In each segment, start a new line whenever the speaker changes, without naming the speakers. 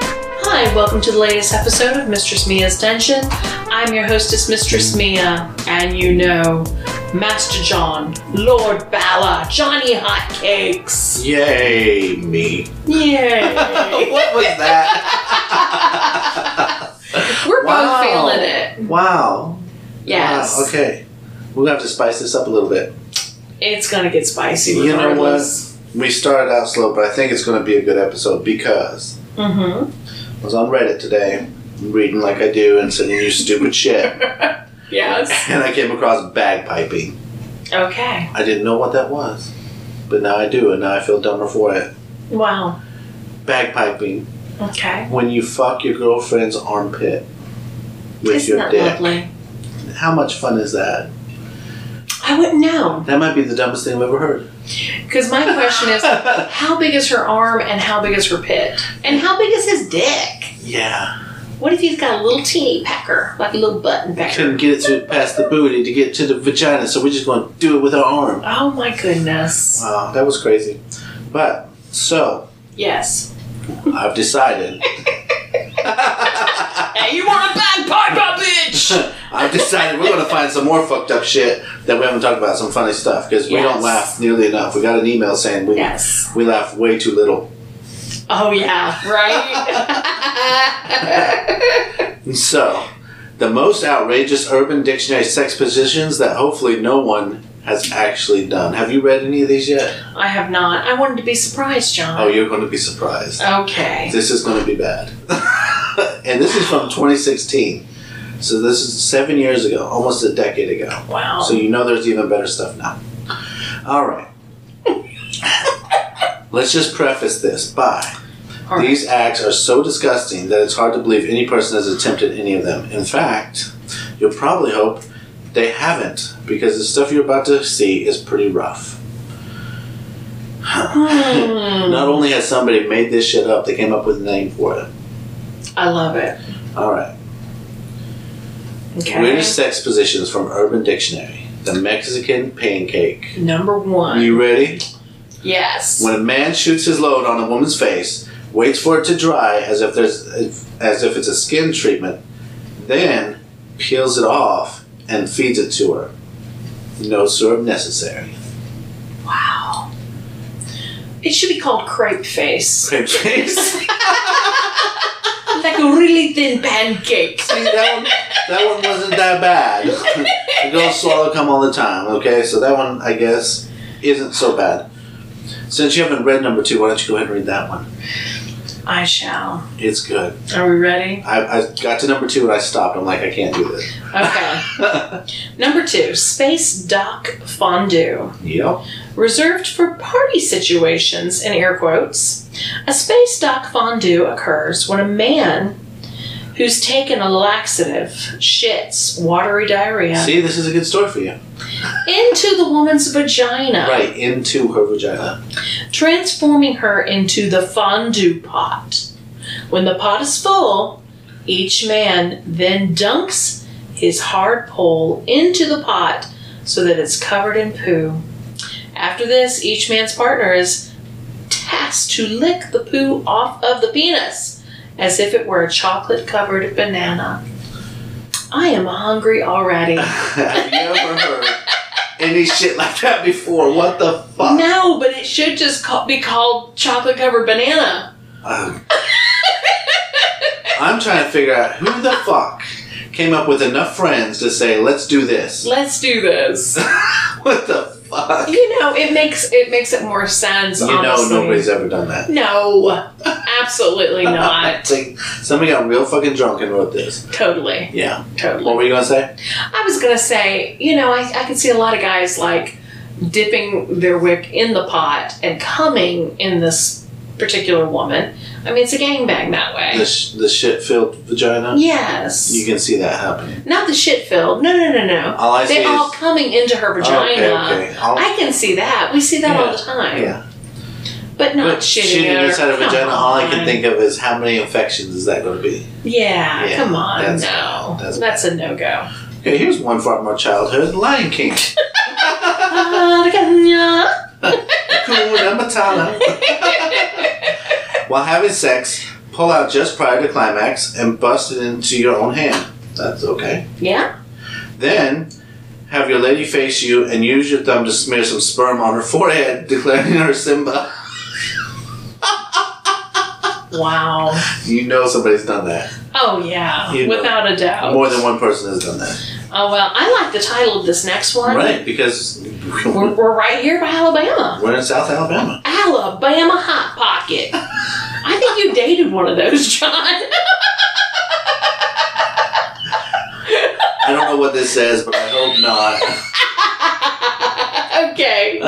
Hi, welcome to the latest episode of Mistress Mia's Dungeon. I'm your hostess, Mistress Mia, and you know, Master John, Lord Bala, Johnny Hotcakes.
Yay, me.
Yay!
what was that?
We're both
Wow.
feeling it.
Wow.
Yes.
Wow, okay. We're going to have to spice this up a little bit.
It's gonna get spicy.
You know what?
regardless.
We started out slow, but I think it's going to be a good episode because
Mm-hmm.
I was on Reddit today, reading like I do and sending you stupid shit,
Mm-hmm. Yes.
and I came across bagpiping.
Okay.
I didn't know what that was, but now I do, and now I feel dumber for it.
Wow.
Bagpiping,
Okay.
when you fuck your girlfriend's armpit with
Isn't
your
that
dick.
lovely?
How much fun is that?
I wouldn't know.
That might be the dumbest thing I've ever heard.
Because my question is how big is her arm and how big is her pit? And how big is his dick?
Yeah.
What if he's got a little teeny pecker, like a little button pecker?
Couldn't get it to past the booty to get to the vagina, so we're just going to do it with our arm.
Oh my goodness.
Wow, that was crazy. But, so,
Yes.
I've decided.
Hey, you want a bagpiper, bitch!
I've decided we're going to find some more fucked up shit that we haven't talked about, some funny stuff, because we don't
Yes.
laugh nearly enough. We got an email saying we,
Yes.
we laugh way too little.
Oh yeah, right?
So, the most outrageous Urban Dictionary sex positions that hopefully no one has actually done. Have you read any of these yet?
I have not. I wanted to be surprised,
Oh,
John.
you're going to be surprised.
Okay.
This is going to be bad. and this is from 2016. So this is seven years ago, almost a decade ago.
Wow.
So you know there's even better stuff now. All right. Let's just preface this by
All right.
these acts are so disgusting that it's hard to believe any person has attempted any of them. In fact, you'll probably hope they haven't because the stuff you're about to see is pretty rough.
Hmm.
Not only has somebody made this shit up, they came up with a name for it.
I love it.
All right.
Okay.
Weirdest sex positions from Urban Dictionary. The Mexican pancake.
Number
Are
one.
you ready?
yes.
When a man shoots his load on a woman's face, waits for it to dry as if there's if, as if it's a skin treatment, then peels it off and feeds it to her. No syrup necessary.
Wow. It should be called crepe face.
Crepe face.
like a really thin pancake.
See, that one, that one wasn't that bad. the girls swallow cum all the time, okay? So that one, I guess, isn't so bad. Since you haven't read number two, why don't you go ahead and read that one?
I shall.
It's good.
Are we ready?
I, I got to number two and I stopped. I'm like, I can't do this.
Okay. Number two, space dock fondue.
Yep.
Reserved for party situations, in air quotes. A space dock fondue occurs when a man who's taken a laxative shits watery diarrhea
See, this is a good story for you.
into the woman's vagina,
Right, into her
Uh.
vagina.
transforming her into the fondue pot. When the pot is full, each man then dunks his hard pole into the pot so that it's covered in poo. After this, each man's partner is tasked to lick the poo off of the penis as if it were a chocolate covered banana. I am hungry already.
Have you ever heard any shit like that before? What the fuck?
No, but it should just ca- be called chocolate covered banana.
Um, I'm trying to figure out who the fuck came up with enough friends to say, let's do this.
Let's do this.
what the fuck?
You know, it makes it makes it more sense.
You know,
honestly.
nobody's ever done that.
No, absolutely
I
not.
think somebody got real fucking drunk and wrote this.
totally,
Yeah.
totally.
What were you gonna say?
I was gonna say, you know, I I could see a lot of guys like dipping their wick in the pot and coming in this particular woman. I mean, it's a gangbang that
The,
way.
sh- the shit filled vagina?
Yes.
You can see that happening.
not the shit filled. No, no, no, no.
All I see
They're
is.
all coming into her vagina.
Okay, okay. All-
I can see that. We see that all the time.
yeah.
But not
But
shitting,
shitting
her.
inside a
Come
vagina, all I
on.
can think of is how many infections is that going to be?
Yeah,
Yeah,
come on,
that's-
no,
that's-
that's, a no go.
Okay, here's one from our childhood Lion King.
Uh,
Hakuna Matata. While having sex, Pull out just prior to climax and bust it into your own hand. That's okay.
Yeah?
Then have your lady face you and use your thumb to smear some sperm on her forehead, declaring her Simba.
Wow.
You know somebody's done that.
Oh, yeah.
You know,
Without a doubt.
More than one person has done that.
Oh, well, I like the title of this next one.
Right, because
We're,
we're
we're right here by Alabama.
in South Alabama.
Alabama Hot Pocket. I think you dated one of those, John.
I don't know what this says, but I hope not.
okay.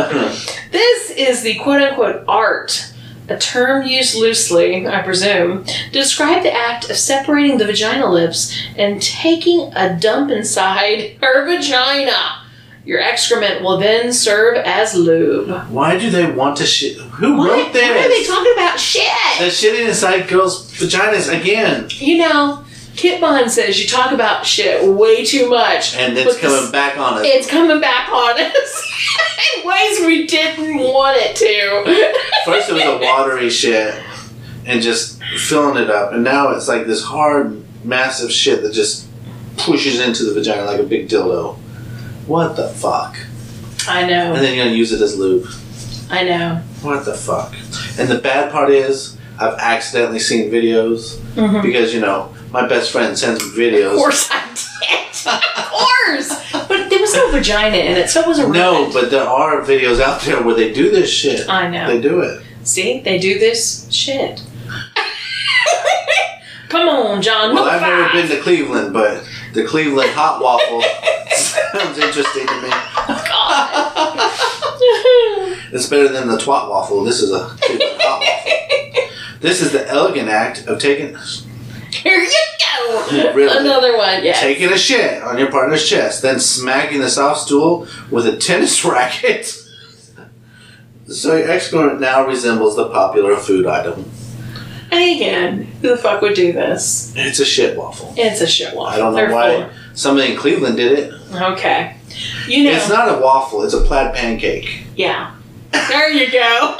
This is the quote unquote art, a term used loosely, I presume, to describe the act of separating the vagina lips and taking a dump inside her vagina. Your excrement will then serve as lube.
Why do they want to shit? Who
Why,
wrote this?
why are they talking about shit?
They're shitting inside girls' vaginas again.
You know, Kit Bond says you talk about shit way too much.
And it's
But this-
coming back on us.
It's coming back on us in ways we didn't want it to.
First, it was a watery shit and just filling it up, and now it's like this hard, massive shit that just pushes into the vagina like a big dildo. What the fuck?
I
And
know.
then you're gonna use it as lube.
I know.
What the fuck? And the bad part is, I've accidentally seen videos
Mm-hmm.
because you know my best friend sends me
Of
videos.
course I did. Of course. But there was no vagina in it, so it wasn't
No,
ruined.
but there are videos out there where they do this shit.
I know.
They do it.
See, they do this shit. Come on, John.
Well,
number
I've never
five.
been to Cleveland, but the Cleveland hot waffle sounds interesting to me.
God.
It's better than the twat waffle. This is a Cleveland hot waffle. This is the elegant act of taking
Here you go.
Really?
Another one. Yeah.
taking a shit on your partner's chest, then smacking the soft stool with a tennis racket. So your excrement now resembles the popular food item.
And again, who the fuck would do this?
It's a shit waffle.
It's a shit one.
I don't know
They're
why somebody in Cleveland did it.
full. Okay. You know.
It's not a waffle. It's a plaid pancake.
Yeah. There you go.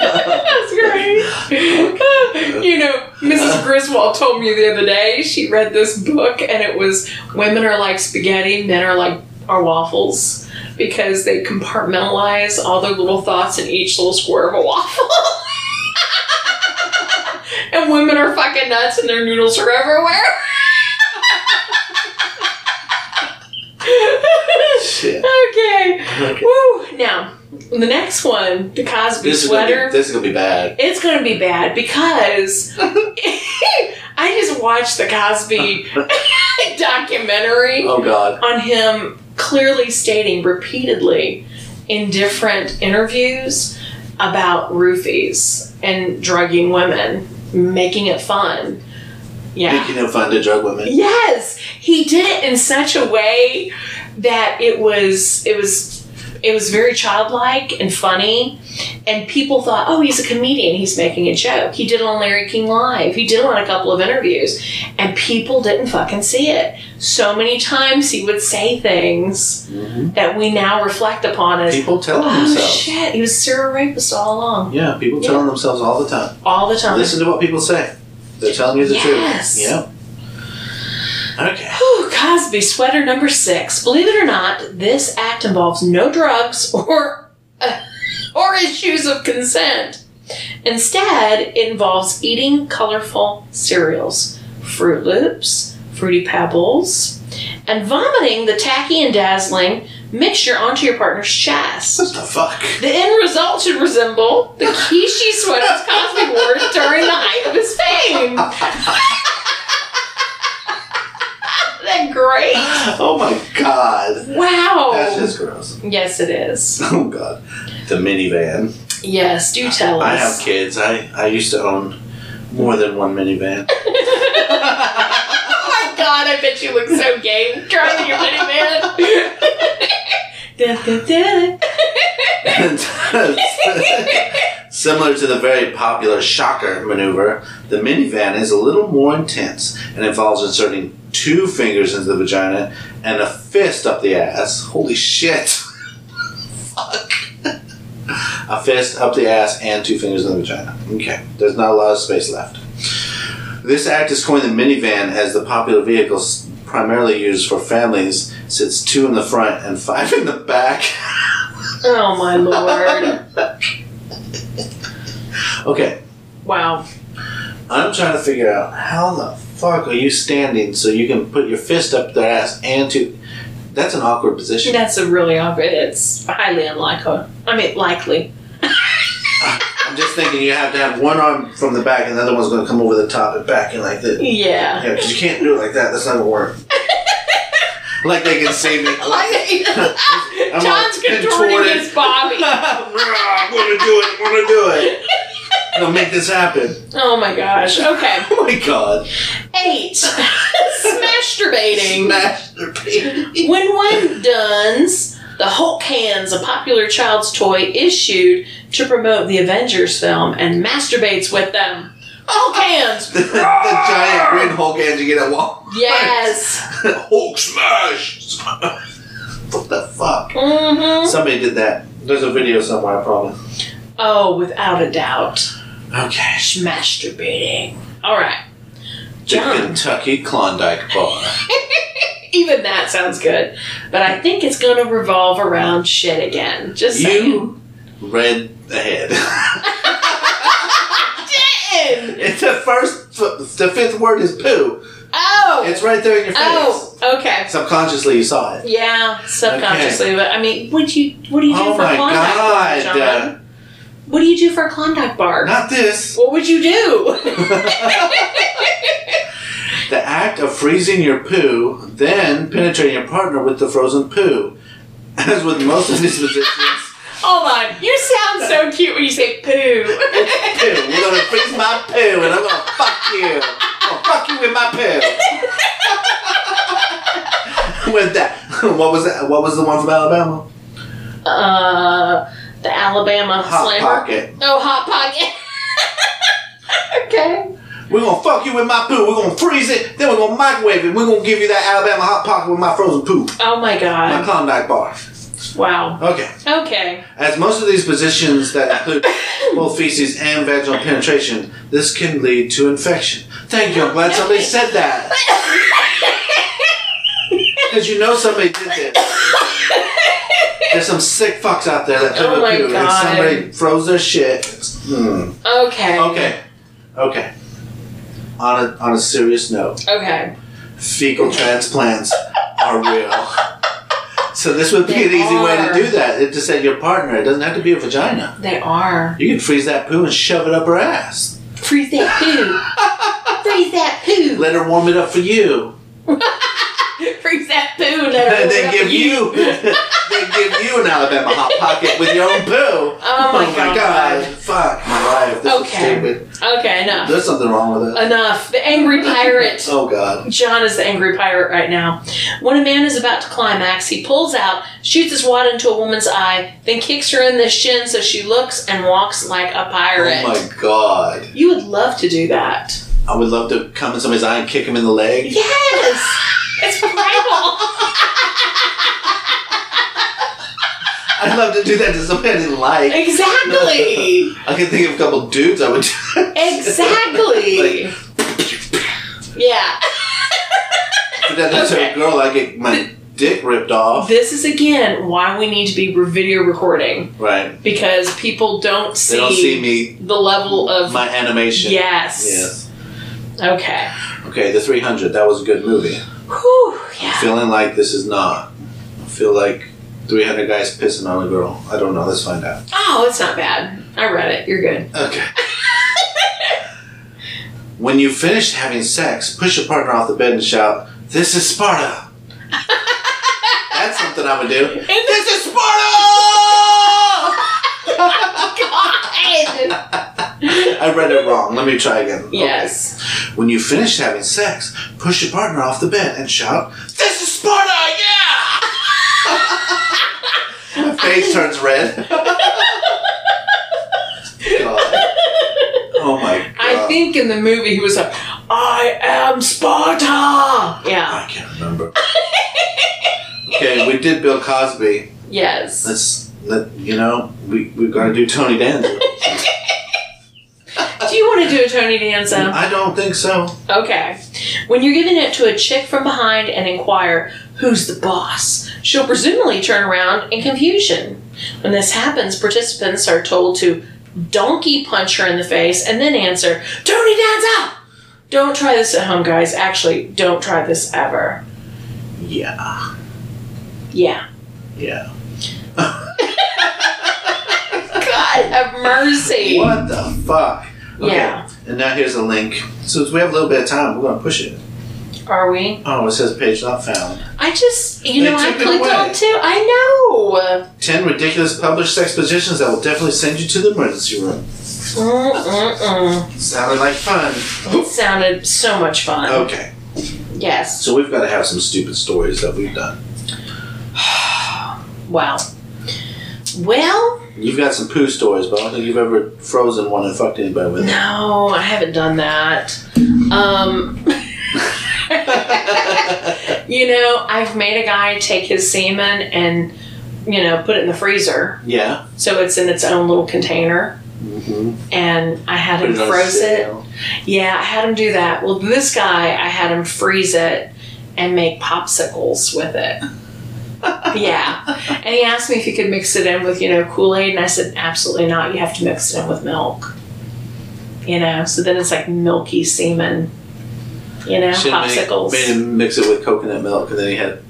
That's great. you know, Mrs. Griswold told me the other day she read this book and it was women are like spaghetti, men are like are waffles because they compartmentalize all their little thoughts in each little square of a waffle. and women are fucking nuts and their noodles are everywhere.
Shit.
okay.
Okay.
Woo. Now, the next one, the Cosby
This is gonna
sweater.
be, this is gonna be bad.
it's gonna be bad because I just watched the Cosby documentary
Oh God.
on him clearly stating repeatedly in different interviews about roofies and drugging women, making it fun. Yeah.
Making it fun to drug women.
Yes, he did it in such a way that it was it was it was very childlike and funny, and people thought, "Oh, he's a comedian. He's making a joke." He did it on Larry King Live. He did it on a couple of interviews, and people didn't fucking see it. So many times he would say things that we now reflect upon as,
People telling
Mm-hmm. "Oh
themselves.
shit, he was serial rapist all along,
Yeah, people
Yeah.
telling themselves all the time.
all the time."
Listen to what people say. They're telling you the
Yes.
truth. Yeah. Okay.
Whew, Cosby sweater number six. Believe it or not, this act involves no drugs or uh, or issues of consent. Instead, it involves eating colorful cereals, Fruit Loops, Fruity Pebbles, and vomiting the tacky and dazzling mixture onto your partner's chest.
What the fuck?
The end result should resemble the Kishi sweaters Cosby wore during the height of his fame. Isn't that great?
Oh my god.
Wow.
That's just gross.
yes, it is.
Oh god. The minivan.
Yes, do tell
I have
us.
kids. I, I used to own more than one minivan.
Oh my god, I bet you look so gay driving your minivan.
Similar to the very popular shocker maneuver, the minivan is a little more intense and involves inserting two fingers into the vagina and a fist up the ass. Holy shit. Fuck. a fist up the ass, and two fingers in the vagina. Okay, there's not a lot of space left. This act is coined the minivan as the popular vehicle s- primarily used for families, since two in the front and five in the back.
Oh my lord.
Okay,
wow.
I'm trying to figure out how the fuck are you standing so you can put your fist up their ass and two. That's an awkward position.
That's a really awkward. It's highly unlikely. I mean, likely.
I'm just thinking you have to have one arm from the back and the other one's going to come over the top and back and like this.
Yeah.
Yeah, 'cause you can't do it like that. That's not gonna work. like they can see me. I'm
John's
all
contorting
contorted.
his body.
I'm gonna do it. I'm gonna do it. I'm gonna make this happen.
Oh my gosh. Okay.
Oh my god.
Eight. Masturbating.
Smash their baby.
When one duns, the Hulk hands a popular child's toy issued to promote the Avengers film and masturbates with them. Hulk hands.
the, the giant green Hulk hands you get at Walmart.
Yes.
Hulk smash. what the fuck?
Mm-hmm.
Somebody did that. There's a video somewhere, I promise.
Oh, without a doubt.
Okay.
Masturbating. All right.
The
John.
Kentucky Klondike Bar.
Even that sounds good, but I think it's going to revolve around shit again. Just saying.
You read ahead.
didn't.
It's the first, the fifth word is poo.
Oh.
It's right there in your face.
oh. Okay.
Subconsciously, you saw it.
Yeah, subconsciously, but I mean, what do you what do you do
Oh
for
my
Klondike
God.
bar, John? What do you do for a Klondike bar?
Not this.
what would you do?
The act of freezing your poo, then penetrating your partner with the frozen poo. As with most of these positions,
Hold on, you sound so cute when you say poo.
poo. We're gonna freeze my poo, and I'm gonna fuck you. I'm gonna fuck you with my poo. with that, what was that? What was the one from Alabama?
Uh, the Alabama
Hot
slammer.
pocket.
Oh, hot pocket. okay.
We're gonna fuck you with my poo. We're gonna freeze it. Then we're gonna microwave it. We're gonna give you that Alabama hot pocket with my frozen poo.
Oh my
My
god.
Klondike bar.
Wow.
Okay.
Okay.
As most of these positions that include both feces and vaginal penetration, this can lead to infection. Thank you. I'm glad somebody said that. Because you know somebody did this. There's some sick fucks out there that took
Oh my
a poo and
God.
somebody froze their shit. Hmm.
Okay.
Okay. Okay. On a, on a serious note.
Okay.
fecal transplants are real. So this would be
They
an easy way
are.
to do that. It just said your partner. It doesn't have to be a vagina.
They are.
You can freeze that poo and shove it up her ass.
Freeze that poo. Freeze that poo.
Let her warm it up for you.
Freeze that poo.
And
No,
they give you, they give you an Alabama hot pocket with your own poo.
Oh my,
god. Fuck my life. This
Okay.
is stupid.
Okay, enough.
There's something wrong with it.
Enough. The angry pirate.
Oh god.
John is the angry pirate right now. When a man is about to climax, he pulls out, shoots his wad into a woman's eye, then kicks her in the shin so she looks and walks like a pirate.
Oh my god.
You would love to do that.
I would love to come in somebody's eye and kick him in the leg.
Yes! it's primal.
I'd love to do that to somebody I didn't like.
exactly.
I can think of a couple dudes I would.
Exactly.
Like-
yeah.
If that was
Okay.
a girl, I get my dick ripped off.
This is again why we need to be video recording
Right.
because people don't see,
They don't see me.
the level of
My animation.
yes.
Yes.
Okay.
Okay, The 300. That was a good movie.
Whew, yeah.
Feeling like this is not. I feel like 300 guys pissing on a girl. I don't know. Let's find out.
Oh, it's not bad. I read it. You're good.
Okay. when you finish having sex, push your partner off the bed and shout, This is Sparta! That's something I would do. This is Sparta!
God.
I read it wrong. Let me try again.
yes.
When you finish having sex, push your partner off the bed and shout, This is Sparta, yeah! My face turns red. God. Oh my god.
I think in the movie he was like, I am Sparta. Yeah.
I can't remember. okay, we did Bill Cosby.
Yes.
Let's Let, you know, we, we're going to do Tony Danza.
Do you want to do a Tony Danza?
I don't think so.
Okay. When you're giving it to a chick from behind and inquire, who's the boss? She'll presumably turn around in confusion. When this happens, participants are told to donkey punch her in the face and then answer, Tony Danza! Don't try this at home, guys. Actually, don't try this ever.
Yeah.
Yeah.
Yeah.
God have mercy.
What the fuck? Okay.
Yeah.
And now here's a link. Since we have a little bit of time, we're going to push it.
Are we?
Oh, it says page not found.
I just, you
They
know, I
took it
clicked
away.
on two. I know.
10 ridiculous published expositions that will definitely send you to the emergency room.
Mm-mm-mm.
Sounded like fun.
It sounded so much fun.
Okay.
Yes.
So we've got to have some stupid stories that we've done.
Wow. Well,
You've got some poo stories, but I don't think you've ever frozen one and fucked anybody with it.
no, I haven't done that. Um, you know, I've made a guy take his semen and, you know, put it in the freezer.
yeah.
So it's in its own little container.
Mm-hmm.
And I had him froze it. Yeah, I had him do that. Well, this guy, I had him freeze it and make popsicles with it. yeah. And he asked me if he could mix it in with, you know, Kool Aid. And I said, absolutely not. You have to mix it in with milk. You know, so then it's like milky semen, you know, popsicles.
Made, made him mix it with coconut milk, and then he had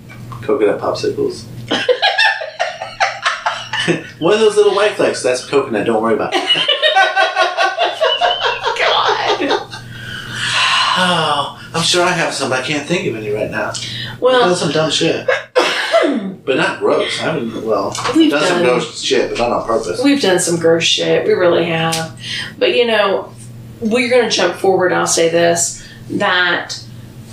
coconut popsicles. One of those little white flakes. That's coconut. Don't worry about it.
God.
Oh, I'm sure I have some. but I can't think of any right now. I've done
Well,
some dumb shit, but not gross. I mean, well,
We've
done some
done-
gross shit, but not on purpose.
we've done some gross shit. We really have. But, you know, we're going to jump forward. I'll say this that,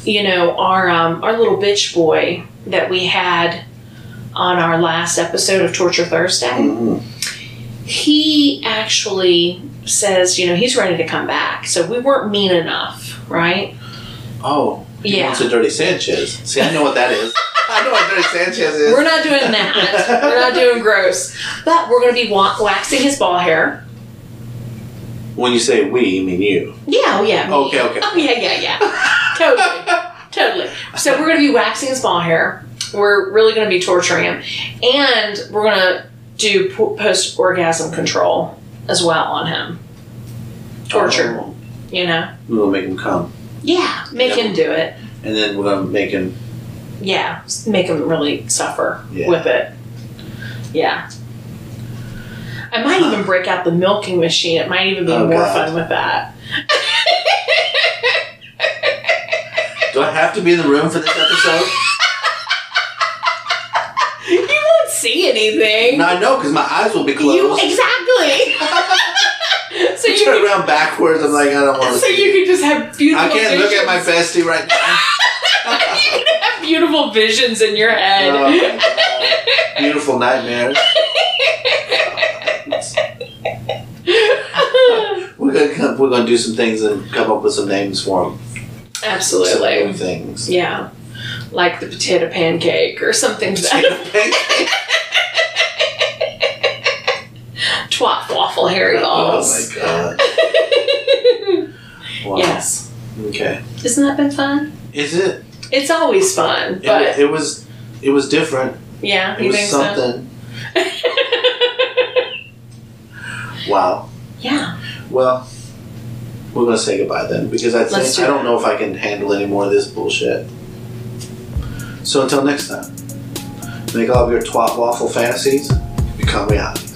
you know, our, um, our little bitch boy that we had on our last episode of Torture Thursday.
Mhm.
he actually says, you know, he's ready to come back. So we weren't mean enough, right?
Oh, he
Yeah.
wants a dirty Sanchez. See, I know what that is. I know what dirty Sanchez is.
We're not doing that. we're not doing gross. But we're going to be wa- waxing his ball hair.
When you say we, you mean you.
Yeah, oh yeah. me.
Okay, okay.
Oh yeah, yeah, yeah. totally, totally. So we're going to be waxing his ball hair. We're really going to be torturing him, and we're going to do po- post orgasm control as well on him. Torture,
Oh,
you know.
We're gonna make him come,
Yeah, make
Yeah.
him do it.
and then we're gonna make him.
yeah, s- make them really suffer
Yeah.
with it. Yeah. I might even break out the milking machine. It might even be
Oh,
more
God.
fun with that.
Do I have to be in the room for this episode?
You won't see anything.
no, I know because my eyes will be
you
closed.
exactly. so you
Turn
can,
around backwards. I'm like, I don't want to.
so you can just have beautiful.
I can't look at
visions.
my bestie right now.
you can have beautiful visions in your head.
Oh, my God. Beautiful nightmares. We're gonna come, we're gonna do some things and come up with some names for them. Some new
Absolutely.
things.
Yeah. Like the potato pancake or something to that twat waffle hairy
oh
balls.
my god. Wow.
Yes.
Okay.
Isn't that been fun?
Is it?
It's always fun,
It,
but
it was. It was different.
yeah,
It
you
was
think
something. Wow.
so? Yeah.
Well, we're gonna say goodbye then because I
Let's
think
do
I don't
that.
know if I can handle any more of this bullshit. So until next time, make all of your twat waffle fantasies become reality.